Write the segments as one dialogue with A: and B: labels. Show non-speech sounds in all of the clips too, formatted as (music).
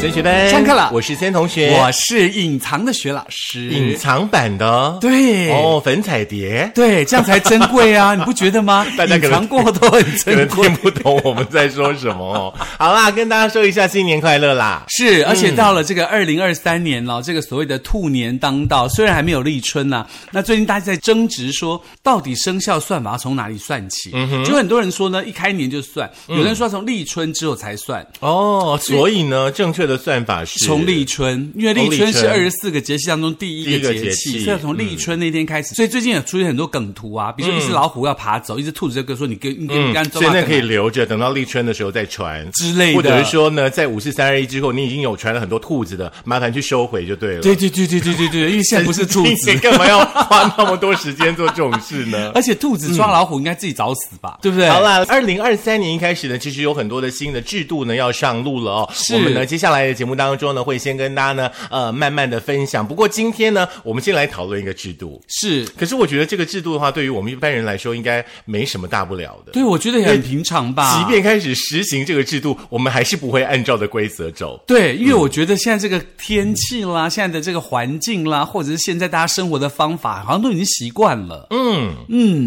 A: 先学班
B: 上课了
A: 我是先同学，
B: 我是隐藏的学老师，
A: 隐藏版的，
B: 对
A: 哦，粉彩蝶，
B: 对，这样才珍
A: (laughs)
B: 贵啊，你不觉得吗？
A: 大家可能
B: 隐藏过都很
A: 可能
B: 珍贵
A: 听。不懂我们在说什么
B: (laughs)
A: 哦。好啦，跟大家说一下新年快乐啦！
B: 是，而且到了这个二零二三年了，这个所谓的兔年当道，虽然还没有立春呐、那最近大家在争执说，到底生肖算法要从哪里算起？
A: 嗯
B: 就很多人说呢，一开年就算，有人说要从立春之后才算，
A: 哦，所以呢，正确的算法是
B: 从立春，因为立
A: 从立
B: 春
A: 春
B: 是二十四个节气当中第
A: 第
B: 一
A: 一个
B: 个
A: 节
B: 节气，
A: 气
B: 所以要从立春那天开始。所以最近有出现很多梗图啊，比如说一只老虎要爬走，一只兔子就跟说你跟你跟你干
A: 嗯，
B: 走
A: 所以那可以留着，等到立春的时候再传
B: 之类的
A: 或者是说呢，在五四三二一之后，你已经有传了很多兔子的，麻烦去收回就对了。
B: 对对对对对对对，因为现在不是兔
A: (laughs) 今
B: 子
A: 年，干嘛要花那么多时间做这种事呢？
B: 而且兔子抓老虎应该自己找死吧，对不对？
A: 好啦，二零二三年一开始呢，其实有很多的新的制度呢要上路了哦。
B: 是
A: 我们呢接下来的节目当中呢，会先跟大家呢呃慢慢的分享。不过今天呢，我们先来讨论一个制度。
B: 是。
A: 可是我觉得这个制度的话，对于我们一般人来说，应该没什么大不了的。
B: 对，啊我觉得也很平常吧。
A: 即便开始实行这个制度，我们还是不会按照的规则走。
B: 对，因为我觉得现在这个天气啦，现在的这个环境啦，或者是现在大家生活的方法，好像都已经习惯了。嗯，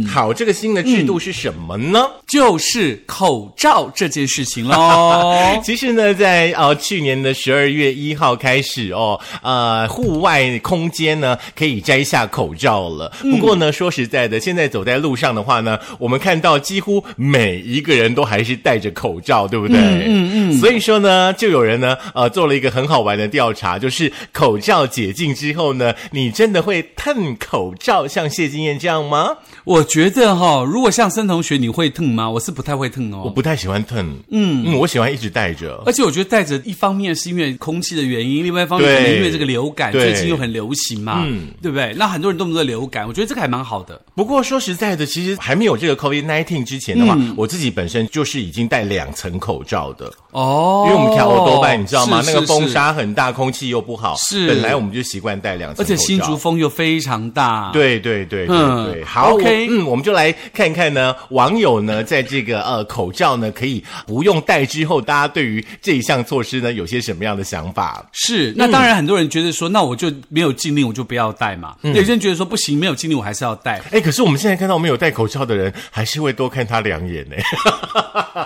A: 好，这个新的制度是什么呢？。
B: 就是口罩这件事情喽
A: 其实呢，在呃去年的十二月一号开始哦，呃，户外空间呢可以摘下口罩了。不过呢，说实在的，现在走在路上的话呢，我们看到几乎每一个人都还是戴着口罩，对不对？嗯嗯。所以说呢，就有人呢呃做了一个很好玩的调查，就是口罩解禁之后呢，你真的会蹭口罩像谢金燕这样吗？
B: 我觉得哈、如果像森同学，你会疼吗？我是不太会疼
A: 我
B: 哦。
A: 不太喜欢蹭，嗯嗯，我喜欢一直戴着。
B: 而且我觉得戴着，一方面是因为空气的原因，另外一方面
A: 对
B: 可能因为这个流感
A: 对
B: 最近又很流行嘛，
A: 嗯
B: 对不对？那很多人动不动流感，我觉得这个还蛮好的。
A: 不过说实在的，其实还没有这个 COVID nineteen 之前的话，
B: 嗯
A: 我自己本身就是已经戴两层口罩的，
B: 哦，
A: 因为我们调欧多拜，你知道吗？
B: 是
A: 那个风。
B: 是是
A: 沙很大，空气又不好，
B: 是
A: 本来我们就习惯戴两层口
B: 而
A: 罩，
B: 且新竹风又非常大，
A: 对对对对
B: 嗯
A: 对，好
B: OK
A: 我嗯，我们就来看看呢，网友呢在这个呃口罩呢可以不用戴之后，大家对于这一项措施呢有些什么样的想法？
B: 是，
A: 嗯
B: 那当然，很多人觉得说，那我就没有禁令，我就不要戴嘛。有些人觉得说，不行，没有禁令，我还是要戴，
A: 哎，可是我们现在看到没有戴口罩的人，还是会多看他两
B: (laughs)
A: 眼呢。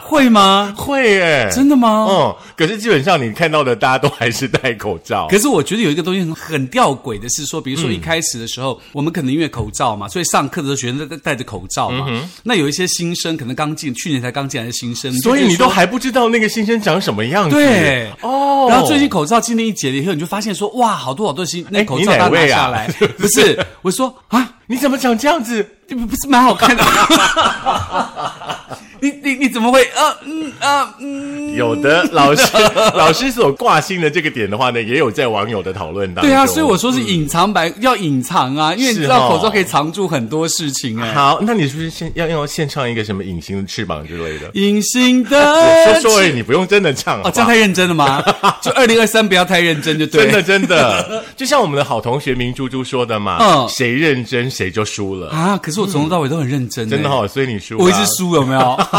B: 会吗？
A: 会耶，
B: 真的吗？
A: 嗯，可是基本上你看到的，大家都还是戴口罩。
B: 可是我觉得有一个东西很很吊诡的是说，比
A: 嗯
B: 如说一开始的时候，我们可能因为口罩嘛，所以上课的时候学生都戴戴着口罩
A: 嗯
B: 嘛。那有一些新生可能刚进，去年才刚进来的新生，
A: 所以你都
B: 就觉得说
A: 还不知道那个新生长什么样子。
B: 对
A: 哦，
B: 然后最近口罩禁令一解了以后，你就发现说，哇，好多好多新那
A: 哎
B: 口
A: 你
B: 罩
A: 哪
B: 大家拿
A: 位啊
B: 下来，
A: (laughs)
B: 不是？我说啊，
A: 你怎么长这样子？
B: 你不不是蛮好看的？ (laughs) 你你你怎么会啊嗯啊嗯？
A: 有的老师 (laughs) 老师所挂心的这个点的话呢，也有在网友的讨论当中。
B: 对啊，所以我说是隐藏版、要隐藏啊，因为你知
A: 哎嗯是哦啊
B: 道口罩可以藏住很多事情哎、
A: 好，那你是不是先要要献唱一个什么隐形的翅膀之类的？
B: 隐形
A: 我 (laughs)
B: 的
A: 说说而已，你不用真的唱好不好
B: 哦，这样太认真
A: (laughs)
B: 了吗？就二零二三不要太认真就对
A: 真的
B: 了。
A: 真的， (laughs) 就像我们的好同学明珠珠说的嘛，
B: 嗯
A: 谁认真谁就输了，
B: 啊！可是我从头到尾都很认真、
A: 真的
B: 哎
A: 哦，所以你输了。
B: 我一直输有没哦有？
A: (laughs)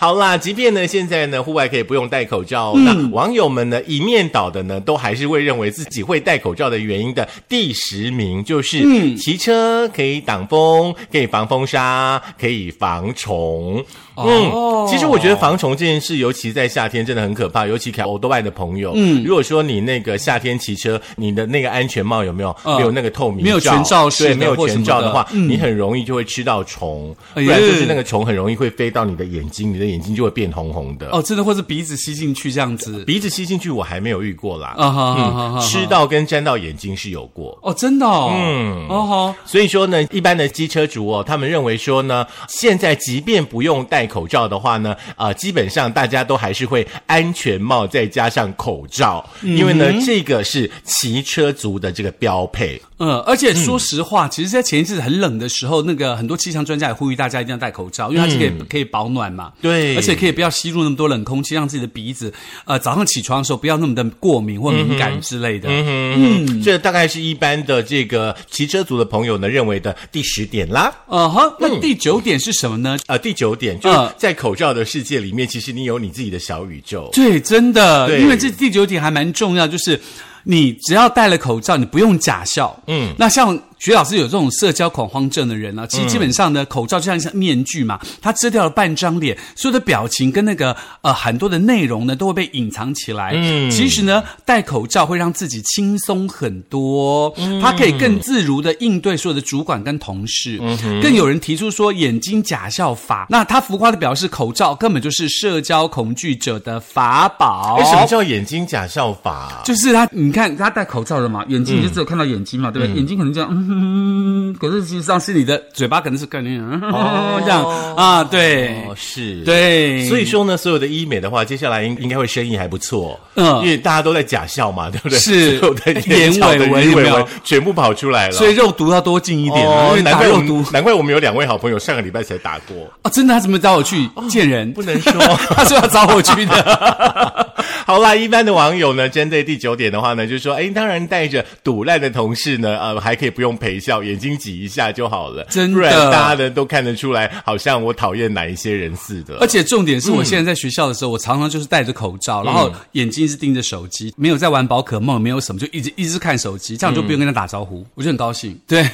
A: 好啦，即便呢现在呢户外可以不用戴口罩哦、
B: 嗯
A: 那网友们呢一面倒的呢都还是会认为自己会戴口罩的原因的第十名就是，
B: 嗯
A: 骑车可以挡风，可以防风沙，可以防虫。嗯
B: 哦
A: 其实我觉得防虫这件事，尤其在夏天真的很可怕，尤其开欧多外的朋友，嗯，如果说你那个夏天骑车，你的那个安全帽有没有、
B: 嗯
A: 没有那个透明
B: 没有全罩式
A: 对，
B: 的
A: 没有
B: 或
A: 全
B: 什么
A: 罩的
B: 的嗯
A: 话，你很容易就会吃到虫，不
B: 哎呀
A: 然就是那个虫很容易会飞到你的眼睛，你的眼睛就会变红红的。
B: 哦，真的，或是鼻子吸进去这样
A: (laughs)
B: 子
A: 鼻子吸进去我还没有遇过啦，
B: 啊哈哈哈哈
A: 嗯吃到跟沾到眼睛是有过。
B: 哦，真的哦，嗯，哦吼。
A: 所以说呢，一般的机车族哦，他们认为说呢，现在即便不用戴口罩的话呢，啊，基本上大家都还是会安全帽再加上口罩，因为呢，这个是骑车族的这个标配。
B: 嗯，而且说实话，
A: 嗯
B: 其实，在前一阵子很冷的时候，那个很多气象专家也呼吁大家一定要戴口罩，因为它是可以、可以保暖嘛，
A: 嗯对
B: 而且可以不要吸入那么多冷空气，让自己的鼻子呃早上起床的时候不要那么的过敏或敏感之类的。
A: 嗯，这大概是一般的这个骑车族的朋友呢认为的第十点啦。
B: 呃，好，那
A: 嗯
B: 第九点是什么呢？
A: 呃，第九点就是
B: 嗯
A: 在口罩的世界里面，其实你有你自己的小宇宙。
B: 对，真的，
A: 对
B: 因为这第九点还蛮重要，就是你只要戴了口罩，你不用假笑。嗯，那像徐老师有这种社交恐慌症的人啊，其实基本上呢，口罩就像一层面具嘛，它遮掉了半张脸，所有的表情跟那个呃很多的内容呢都会被隐藏起来。嗯，其实呢，戴口罩会让自己轻松很多，它可以更自如的应对所有的主管跟同事。
A: 嗯
B: 更有人提出说眼睛假笑法，那他浮夸的表示口罩根本就是社交恐惧者的法宝。
A: 为什么叫眼睛假笑法啊？
B: 就是他，你看他戴口罩了嘛，眼睛你就只有看到眼睛嘛，对不对？眼睛可能这样，嗯哼，可是实际上是你的嘴巴可能是感觉，嗯哼
A: 哦
B: (laughs) 这样啊，对
A: 哦，是，。
B: 对，
A: 所以说呢，所有的医美的话，接下来应应该会生意还不错，
B: 嗯
A: 因为大家都在假笑嘛，对不对？
B: 是
A: 所有的眼角的
B: 眼尾纹
A: 鱼尾
B: 有没
A: 纹
B: 有
A: 全部跑出来了。
B: 所以肉毒要多进一点啊，
A: 哦
B: 因为，
A: 难
B: 打
A: 怪我
B: 肉毒
A: 们难怪我们有两位好朋友上个礼拜才打过，
B: 啊，真的，他怎么找我去见人？
A: 哦不能说。
B: (laughs) 他说要找我去的。
A: (laughs) 好啦，一般的网友呢，针对第九点的话呢，就说，哎，当然带着堵烂的同事呢，呃，还可以不用陪笑，眼睛挤一下就好了，
B: 真的
A: 不然大家呢都看得出来，好像我讨厌哪一些人似的。
B: (laughs) 而且重点是我现在在学校的时候，我常常就是戴着口罩，然后眼睛是盯着手机，没有在玩宝可梦，没有什么，就一直一直看手机，这样就不用跟他打招呼，嗯我就很高兴。对，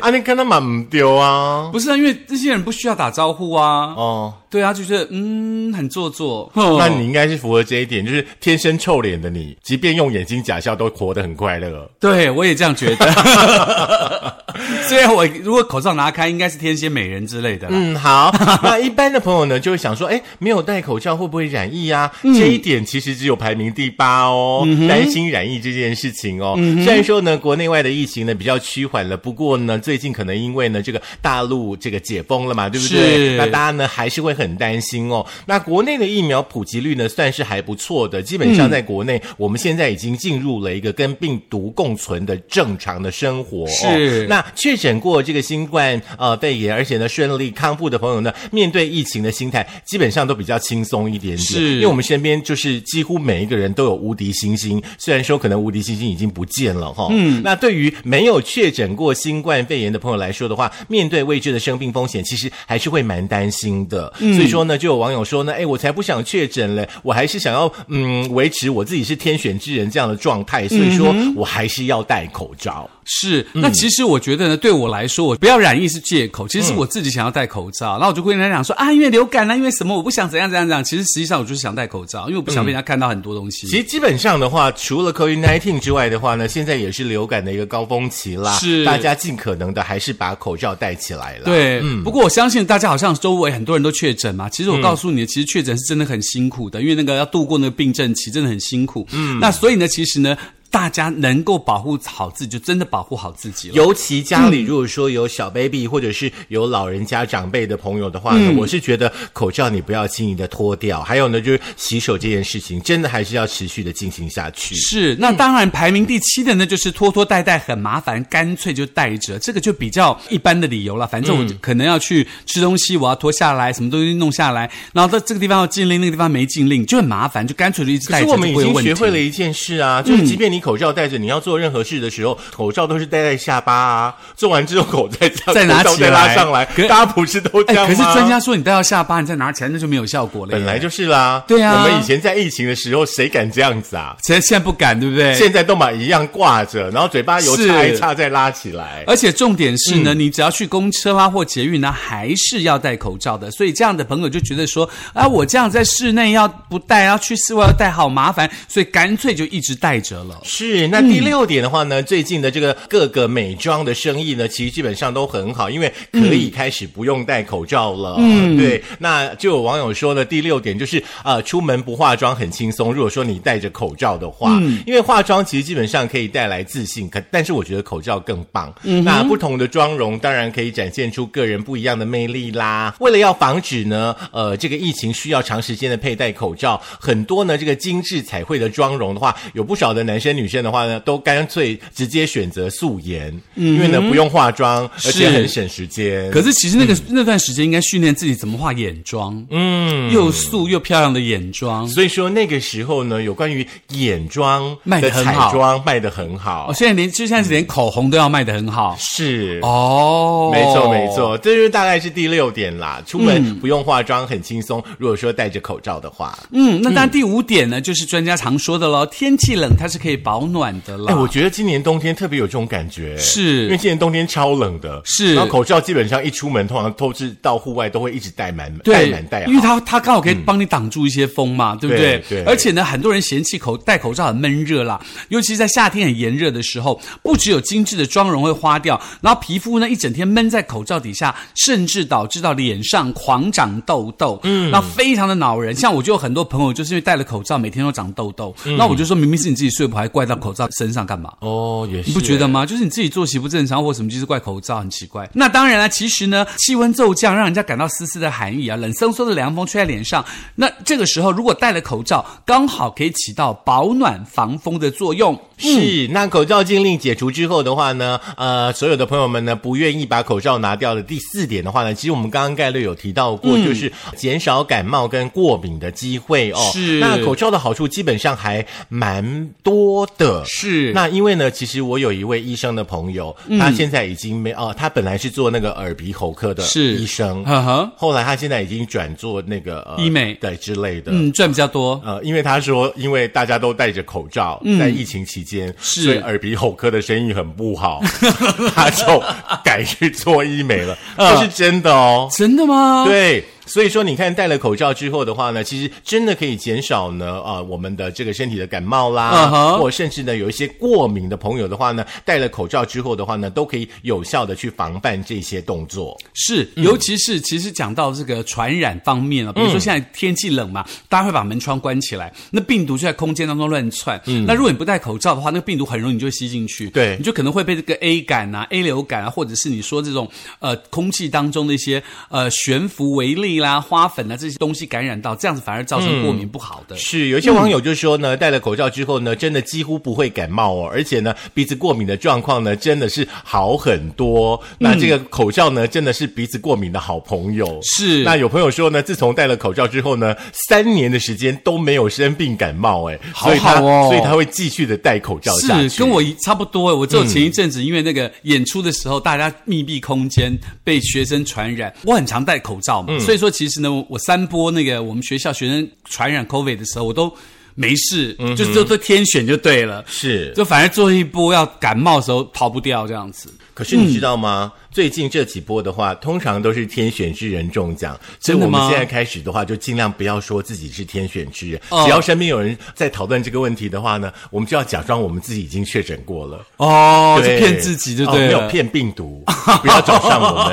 A: 啊，你看他蛮丢啊，
B: (laughs) (laughs) 不是啊，因为这些人不需要打招呼啊。
A: 哦。
B: 对啊，就是嗯，很做作。
A: 那你应该是符合这一点，就是天生臭脸的你，即便用眼睛假笑，都活得很快乐。
B: 对我也这样觉 (laughs) 得。虽然我如果口罩拿开，应该是天蝎美人之类的啦。
A: 嗯，好。那一般的朋友呢，就会想说，哎，没有戴口罩会不会染疫啊？
B: 嗯
A: 这一点其实只有排名第八哦，担心染疫这件事情哦。
B: 嗯
A: 虽然说呢，国内外的疫情呢比较趋缓了，不过呢，最近可能因为呢这个大陆这个解封了嘛，对不对？
B: 是
A: 那大家呢还是会很担心哦。那国内的疫苗普及率呢算是还不错的，基本上
B: 嗯
A: 在国内、我们现在已经进入了一个跟病毒共存的正常的生活、哦。
B: 是
A: 那确诊过这个新冠呃肺炎，而且呢顺利康复的朋友呢，面对疫情的心态基本上都比较轻松一点点。
B: 是
A: 因为我们身边就是几乎每一个人都有无敌星星，虽然说可能无敌星星已经不见了哈。嗯，那对于没有确诊过新冠肺炎的朋友来说的话，面对未知的生病风险，其实还是会蛮担心的。所以说呢，就有网友说呢，哎，我才不想确诊嘞，我还是想要嗯维持我自己是天选之人这样的状态，所以说我还是要戴口罩。
B: 是，
A: 嗯
B: 那其实我觉得呢，对我来说，我不要染疫是借口，其
A: 嗯
B: 实是我自己想要戴口罩。然后我就跟人家讲说啊，因为流感啊，因为什么，我不想怎样怎样怎样。其实实际上我就是想戴口罩，因为我不想被人家看到很多东西。
A: 嗯其实基本上的话，除了 COVID-19 之外的话呢，现在也是流感的一个高峰期啦。
B: 是
A: 大家尽可能的还是把口罩戴起来了。，
B: 对，
A: 嗯
B: 不过我相信大家好像周围很多人都确诊嘛。其实我告诉你，其实确诊是真的很辛苦的，因为那个要度过那个病症期，真的很辛苦。嗯，那所以呢，其实呢，大家能够保护好自己，就真的保护好自己了。
A: 尤其家里如果说有小 baby 或者是有老人家长辈的朋友的话呢，
B: 嗯
A: 我是觉得口罩你不要轻易的脱掉。还有呢，就是洗手这件事情，真的还是要持续的进行下去。
B: 是，那当然排名第七的呢，就是拖拖带带很麻烦，干脆就带着，这个就比较一般的理由了。反正
A: 嗯
B: 我可能要去吃东西，我要脱下来，什么东西弄下来，然后到这个地方要禁令，那个地方没禁令，就很麻烦，就干脆就一直
A: 可
B: 带
A: 是
B: 着，
A: 我们
B: 就
A: 已
B: 不会有
A: 经
B: 问
A: 学
B: 题
A: 会了一件事
B: 嗯
A: 啊，就是即便你口罩戴着，你要做任何事的时候，口罩都是戴在下巴啊，做完之后口罩
B: 再拿
A: 口罩
B: 起
A: 再拉
B: 来
A: 上来，
B: 可
A: 大家不是都这
B: 哎，
A: 样吗？
B: 可是专家说你戴到下巴，你再拿起来，那就没有效果了耶。
A: 本来就是啦，
B: 对啊
A: 我们以前在疫情的时候，谁敢这样子啊？
B: 现在现在不敢，对不对？
A: 现在都买一样挂着，然后嘴巴油擦一
B: 是
A: 擦再拉起来。
B: 而且重点是
A: 嗯
B: 呢，你只要去公车啊或捷运呢、还是要戴口罩的。所以这样的朋友就觉得说，啊，我这样在室内要不戴，要去室外要戴，好麻烦，所以干脆就一直戴着了。
A: 是，
B: 嗯
A: 那第六点的话呢，最近的这个各个美妆的生意呢，其实基本上都很好，因为可以开始不用戴口罩了。嗯，对。那就有网友说呢，第六点就是呃，出门不化妆很轻松。如果说你戴着口罩的话，因为化妆其实基本上可以带来自信，可但是我觉得口罩更棒。
B: 嗯
A: 那不同的妆容当然可以展现出个人不一样的魅力啦。为了要防止呢，呃，这个疫情需要长时间的佩戴口罩，很多呢这个精致彩绘的妆容的话，有不少的男生女。女生的话呢，都干脆直接选择素颜，因为呢不用化妆，而且很省时间。
B: 嗯可是其实那个、
A: 嗯
B: 那段时间应该训练自己怎么画眼妆，嗯，又素又漂亮的眼妆。
A: 所以说那个时候呢，有关于眼妆
B: 卖得
A: 的
B: 很
A: 彩
B: 好
A: 妆卖得很好
B: 哦，，现在连就现在连口红都要卖得很好
A: 是
B: 哦，
A: 没错，没。错，这就是大概是第六点啦。出门不用化妆，很轻松。如果说戴着口罩的话，
B: 嗯，那当然第五点呢，就是专家常说的喽，天气冷它是可以保暖的啦。
A: 哎，我觉得今年冬天特别有这种感觉，
B: 是
A: 因为今年冬天超冷的，
B: 是
A: 然后口罩基本上一出门，通常都是到户外都会一直戴满，戴
B: 对
A: 满戴，好
B: 因为它它刚好可以帮你挡住一些风嘛，对不对
A: 对？对
B: 而且呢，很多人嫌弃口戴口罩很闷热啦，尤其是在夏天很炎热的时候，不只有精致的妆容会花掉，然后皮肤呢一整天闷在口罩底下，甚至导致到脸上狂长痘痘，嗯，那非常的恼人。像我就有很多朋友就是因为戴了口罩，每天都长痘痘，
A: 嗯
B: 那我就说明明是你自己睡不好，还怪到口罩身上干嘛？
A: 哦，也是，
B: 你不觉得？吗？就是你自己作息不正常或什么，就是怪口罩，很奇怪。那当然了，其实呢，气温骤降，让人家感到丝丝的寒意啊，冷飕飕的凉风吹在脸上。那这个时候，如果戴了口罩，刚好可以起到保暖防风的作用。
A: 是，那口罩禁令解除之后的话呢，呃，所有的朋友们呢不愿意把口罩拿掉的第四点的话呢，其实我们刚刚概略有提到
B: 嗯
A: 过，就是减少感冒跟过敏的机会哦。
B: 是
A: 那口罩的好处基本上还蛮多的。
B: 是嗯
A: 那因为呢，其实我有一位医生的朋友，他现在已经没哦，他本来是做那个耳鼻喉科的
B: 是
A: 医生，
B: 呵呵
A: 后来他现在已经转做那个、呃、
B: 医美
A: 对之类的，
B: 嗯，赚比较多。
A: 呃，因为他说，因为大家都戴着口罩，在疫情期间，
B: 嗯是
A: 所以耳鼻喉科的生意很不好， (laughs) 他就改去做医美了，
B: 嗯
A: 这是真的哦。
B: 真的吗？。
A: 对，所以说你看戴了口罩之后的话呢，其实真的可以减少呢啊、我们的这个身体的感冒啦
B: 嗯哼
A: 或甚至呢有一些过敏的朋友的话呢，戴了口罩之后的话呢，都可以有效的去防范这些动作。
B: 是，
A: 嗯
B: 尤其是其实讲到这个传染方面啊，比如说现在天气冷嘛，大家会把门窗关起来，那病毒就在空间当中乱窜。那如果你不戴口罩的话，那个病毒很容易就会吸进去，
A: 嗯对
B: 你就可能会被这个 A 感啊、A 流感啊，或者是你说这种呃空气当中的一些呃悬浮微粒啦、花粉啊这些东西感染到，这样子反而造
A: 嗯
B: 成过敏不好的。
A: 是，有一些网友就说呢，戴了口罩之后呢，真的几乎不会感冒哦，而且呢，鼻子过敏的状况呢，真的是好很多。那这个口罩呢，真的是鼻子过敏的好朋友。
B: 是
A: 那有朋友说呢，自从戴了口罩之后呢，三年的时间都没有生病感冒，哎，
B: 好
A: 所以他
B: 好哦
A: 所以他会继续的戴口罩下去。嗯
B: 是跟我一差不多，我只有前一阵子因为那个演出的时候，大家密闭空间被学生传染，我很常戴口罩嘛，
A: 嗯
B: 所以说其实呢，我我三波那个我们学校学生传染 COVID 的时候，我都没事，就就都天选就对了。
A: 嗯是，
B: 就反而最后一波要感冒的时候逃不掉这样子，
A: 可是你知道吗？最近这几波的话，通常都是天选之人中奖，所以
B: 真的
A: 我们
B: 吗
A: 现在开始的话，就尽量不要说自己是天选之人。
B: 哦
A: 只要身边有人在讨论这个问题的话呢，我们就要假装我们自己已经确诊过了，
B: 哦，就
A: 对
B: 骗自己就对
A: 哦没
B: 了，哦
A: 有骗病
B: (laughs)
A: 毒，不要找上我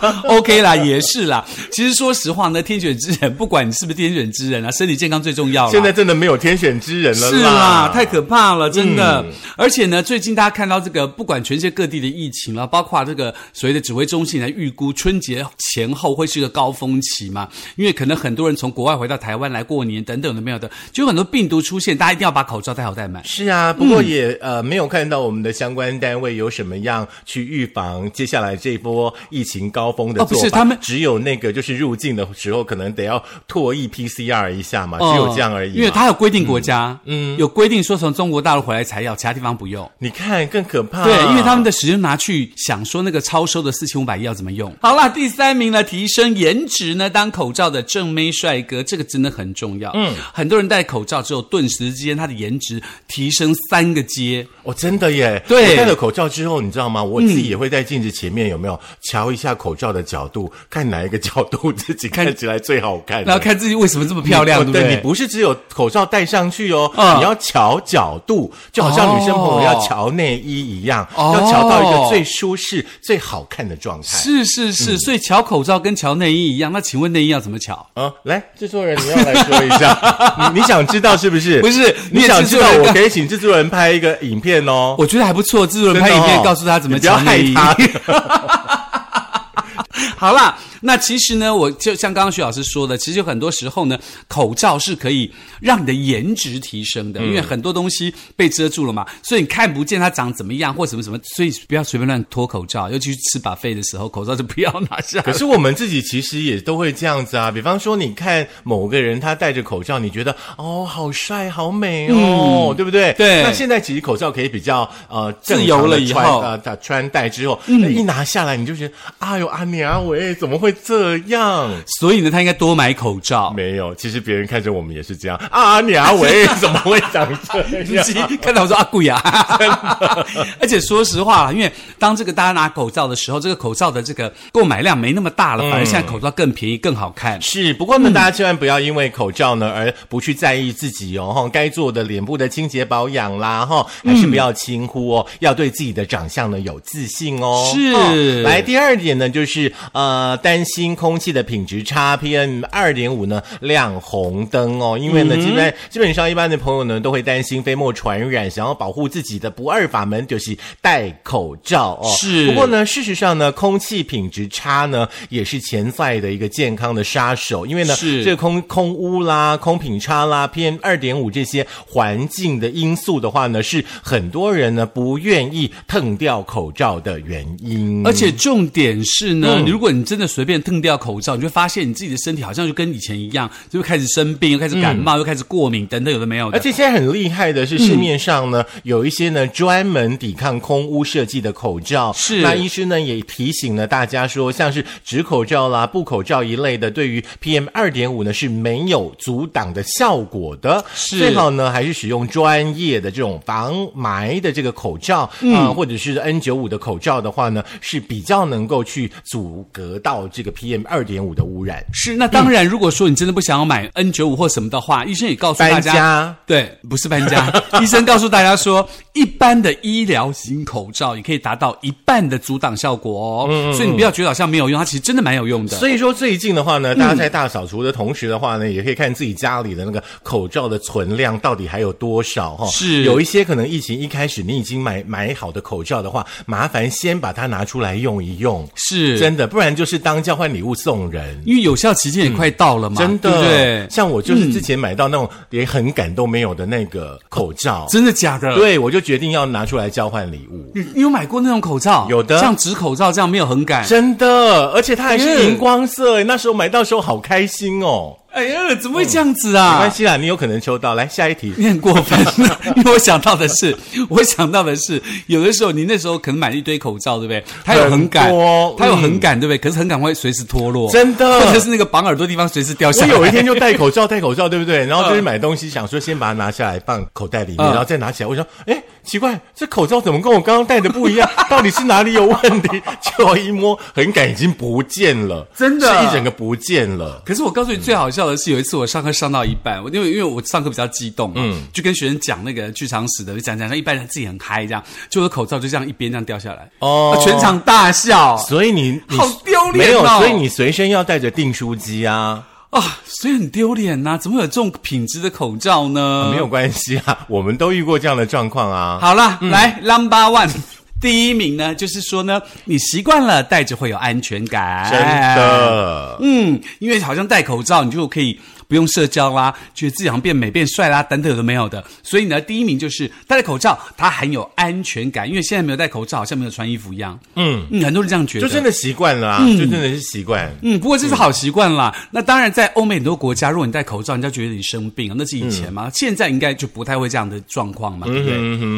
A: 们。
B: OK 啦，也是啦。其实说实话呢，天选之人，不管你是不是天选之人啊，身体健康最重要啦。
A: 现在真的没有天选之人了啦，嗯
B: 是啦，太可怕了，真的。而且呢，最近大家看到这个，不管全世界各地的疫情啦，包括这个所谓的指挥中心来啊预估春节前后会是一个高峰期嘛，因为可能很多人从国外回到台湾来过年等等的没有的，就有很多病毒出现，大家一定要把口罩戴好戴满。
A: 是啊，不过
B: 嗯
A: 也、呃没有看到我们的相关单位有什么样去预防接下来这一波疫情高峰的
B: 哦不
A: 做法。
B: 是他们
A: 只有那个就是入境的时候可能得要唾液 PCR 一下嘛，
B: 哦
A: 只有这样而已嘛。
B: 因为它有规定国家，嗯，有规定说从中国大陆回来才要，其他地方不用。
A: 你看更可怕，
B: 对，因为他们的时间拿去想说那个超收的四千五百亿要怎么用。好啦，第三名呢，提升颜值呢，当口罩的正妹帅哥，这个真的很重要。嗯，很多人戴口罩之后，顿时之间他的颜值提升三个阶。
A: 哦，真的耶！
B: 对嗯
A: 我戴了口罩之后，你知道吗？我自己也会在镜子前面有没有瞧一下口罩的角度，看哪一个角度自己看起来最好看。
B: 然后看自己为什么这么漂亮，
A: 哦
B: 对不
A: 对
B: 对？
A: 你不是只有口罩戴上去哦，
B: 嗯
A: 你要瞧角度，就好像女生朋友要瞧内衣一样，
B: 哦
A: 要瞧到一个最舒适、最好看的状态。
B: 是是是，所以瞧口罩跟瞧内衣一样。那请问内衣要怎么瞧？
A: 啊、来，制作人，你要来说一
B: (laughs)
A: 下，你你想知道是不是？
B: 不是
A: 你
B: 你也
A: 想
B: 制
A: 知
B: 作
A: 道，
B: 人
A: 我
B: 刚
A: 可以请制作人拍一个影片哦。
B: 哦我觉得还不错，制作人
A: 真
B: 拍
A: 的
B: 影片
A: 哦
B: 告诉他怎么
A: 你不要
B: 瞧
A: 害
B: 内衣。
A: 他。
B: 好啦，那其实呢，我就像刚刚徐老师说的，其实有很多时候呢，口罩是可以让你的颜值提升的，
A: 嗯
B: 因为很多东西被遮住了嘛，所以你看不见它长怎么样或什么什么，所以不要随便乱脱口罩，尤其是吃把费的时候，口罩就不要拿下来
A: 可是我们自己其实也都会这样子啊，比方说你看某个人他戴着口罩，你觉得哦好帅好美哦，对不对？
B: 嗯对
A: 那现在其实口罩可以比较呃
B: 自
A: 正
B: 由
A: 常地
B: 了以
A: 穿
B: 后嗯
A: 呃它穿戴之后，那一拿下来你就觉得哎呦阿娘喂，怎么会这样？
B: 所以呢，他应该多买口罩。
A: 没有，其实别人看着我们也是这样啊，阿娘喂， (laughs) 怎么会长
B: (laughs)
A: 这
B: 自
A: 样？
B: 己看到我说啊贵呀， (laughs) 而且说实话啦，因为当这个大家拿口罩的时候，这个口罩的这个购买量没那么大了，反而现在口罩更便宜、更好看。嗯
A: 是，不过呢，大家千万不要因为口罩呢而不去在意自己哦，哈，该做的脸部的清洁保养啦，哈，还是不要轻忽哦，
B: 嗯
A: 要对自己的长相呢有自信哦。
B: 是
A: 哦来第二点呢，就是呃，担心空气的品质差 PM 二点五呢亮红灯哦，因为呢，
B: 嗯
A: 基本基本上一般的朋友呢都会担心飞沫传染，想要保护自己的不二法门就是戴口罩哦。
B: 是
A: 不过呢。那事实上呢，空气品质差呢，也是潜在的一个健康的杀手，因为呢，
B: 是
A: 这个空空污啦、空品差啦、PM 二点五这些环境的因素的话呢，是很多人呢不愿意腾掉口罩的原因。
B: 而且重点是呢，如果你真的随便腾掉口罩，你就会发现你自己的身体好像就跟以前一样，就会开始生病，又开始感冒，又开始过敏等等，有的没有的。
A: 而且现在很厉害的是，市面上呢、有一些呢专门抵抗空污设计的口罩。
B: 是
A: 那医师呢也提醒了大家说，像是纸口罩啦、布口罩一类的，对于 PM 二点五呢是没有阻挡的效果的。
B: 是
A: 最好呢还是使用专业的这种防霾的这个口罩啊、
B: 嗯
A: 或者是 N 九五的口罩的话呢，是比较能够去阻隔到这个 PM 二点五的污染。
B: 是，那当然，如果说你真的不想要买 N 九五或什么的话，医生也告诉大
A: 搬
B: 家，
A: 家。
B: 对，不是搬家。 (laughs) 医生告诉大家说，一般的医疗型口罩也可以达到一半的阻挡效果哦，所以你不要觉得好像没有用，它其实真的蛮有用的。
A: 所以说最近的话呢，大
B: 嗯
A: 家在大扫除的同时的话呢，也可以看自己家里的那个口罩的存量到底还有多少哈、
B: 是
A: 有一些可能疫情一开始你已经买买好的口罩的话，麻烦先把它拿出来用一用，
B: 是
A: 真的，不然就是当交换礼物送人。
B: 因为有效期间也快到了嘛，
A: 真的，
B: 对不对？嗯
A: 像我就是之前买到那种连很感都没有的那个口罩，
B: 哦真的假的？，
A: 对我就决定要拿出来交换礼物。
B: 你你有买过那种口罩？
A: 有的
B: 像纸口罩这样没有很感。
A: 真的，而且它还是
B: 嗯
A: 荧光色，那时候买到时候好开心哦。
B: 哎呀，怎么会这样子
A: 没
B: 啊
A: 关？系啦，你有可能抽到。来下一题，
B: 你很过分， (laughs) 因为我想到的是，我想到的是，有的时候你那时候可能买了一堆口罩，对不对？它有很感
A: 很多，
B: 它有很感，对不对？可是很感会随时脱落，
A: 真的
B: 或者是那个绑耳朵地方随时掉下
A: 我
B: 来。
A: 有一天就戴口罩，戴口罩，对不对？然后就是买东西，想说先把它拿下来放口袋里面，
B: 嗯
A: 然后再拿起来。我说，哎，奇怪，这口罩怎么跟我刚刚戴的不
B: (laughs)
A: 一样？到底是哪里有问题？ (laughs) 结果一摸，很感已经不见了，
B: 真的
A: 是一整个不见了。
B: (laughs) 可是我告诉你，最好笑的是有一次我上课上到一半，我因为因为我上课比较激动，嗯，就跟学生讲那个剧场史的，就讲讲讲，一般人自己很嗨这样，就我的口罩就这样一边这样掉下来，
A: 哦
B: 啊全场大笑
A: 所以你你
B: 好丢
A: 没
B: 脸哦
A: 有，所以你随身要带着订书机啊，
B: 啊，所以很丢脸呐、怎么会有这种品质的口罩呢？
A: 没有关系啊， (laughs) 我们都遇过这样的状况啊。
B: 嗯好啦，来 number one。第 (laughs) 一名呢，就是说呢，你习惯了戴着会有安全感，
A: 真，的，
B: 嗯，因为好像戴口罩，你就可以不用社交啦，觉得自己好像变美变帅啦，等等有的没有的。所以呢，第一名就是戴着口罩，它很有安全感，因为现在没有戴口罩，好像没有穿衣服一样。嗯嗯，很多人这样觉得，
A: 就真的习惯了啊，就真的是习惯。
B: 嗯，不过这是好习惯啦。那当然，在欧美很多国家，如果你戴口罩，人家觉得你生病啊，那是以前嘛，现在应该就不太会这样的状况嘛，对不对？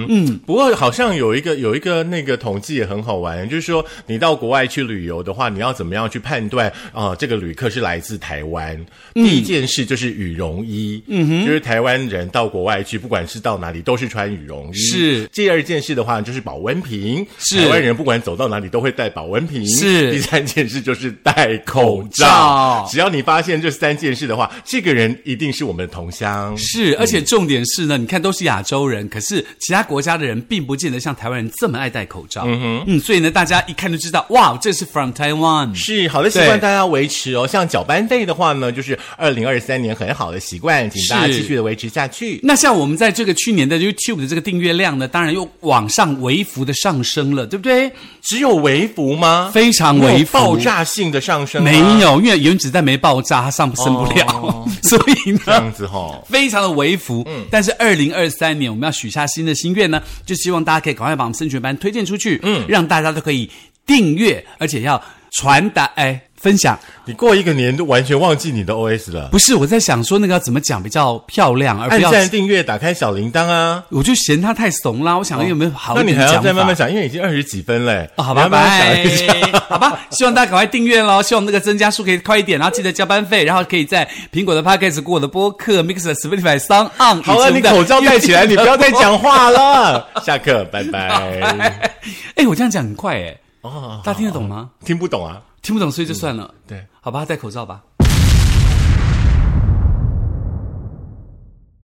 B: 嗯
A: 不过好像有一个有一个那个统计也很好玩，就是说你到国外去旅游的话，你要怎么样去判断啊、这个旅客是来自台湾？
B: 嗯
A: 第一件事就是羽绒衣，嗯哼，就是台湾人到国外去，不管是到哪里都是穿羽绒衣。
B: 是
A: 第二件事的话就是保温瓶，
B: 是
A: 台湾人不管走到哪里都会带保温瓶。
B: 是
A: 第三件事就是戴口
B: 口
A: 罩
B: 罩。
A: 只要你发现这三件事的话，这个人一定是我们的同乡。
B: 是，而且重点是呢，你看都是亚洲人，可是其他国家的人并不见得像台湾人这么爱戴口罩。嗯哼，嗯，所以呢，大家一看就知道，哇，这是 from Taiwan。
A: 是好的习
B: 对
A: 惯，大家要维持哦。像搅拌费的话呢，就是二零二三三年很好的习惯，请大家
B: 是
A: 继续的维持下去。
B: 那像我们在这个去年的 YouTube 的这个订阅量呢，当然又往上微幅的上升了，对不对？
A: 只有微幅吗？
B: 非常
A: 没有
B: 微幅
A: 爆炸性的上升吗，
B: 没有，因为原子弹没爆炸，它上升不了，
A: 哦
B: (laughs) 所以
A: 这
B: 呢
A: 样。子吼。
B: 非常的微幅，
A: 嗯
B: 但是二零二三年我们要许下新的心愿呢，就希望大家可以赶快把我们升学班推荐出去，嗯，让大家都可以订阅，而且要传达，哎，分享。
A: 你过一个年都完全忘记你的 OS 了，
B: 不是，我在想说那个要怎么讲比较漂亮，而
A: 按
B: 啊不要，
A: 赞、订阅、打开小铃铛啊！
B: 我就嫌它太怂啦。我想有没有好
A: 哦那
B: 一
A: 你
B: 点
A: 还
B: 的讲法？
A: 要再慢慢想，因为已经二十几分嘞。
B: 哦，好
A: 你
B: 吧，
A: 要慢慢想
B: 拜
A: 一下。，
B: (laughs) 好吧，希望大家赶快订阅喽，希望那个增加数可以快一点，然后记得交班费，然后可以在苹果的 Podcast、过我的播客、Mixer、Spotify、s o n On，
A: 好啊了，你口罩戴起来，你不要再。讲话
B: (laughs)
A: 了。下课，拜拜。
B: 哎，我这样讲很快哎，
A: 哦，
B: 大家听得懂吗？
A: 听不懂啊？
B: 听不懂，所以就算了。
A: 对，
B: 好吧，戴口罩吧。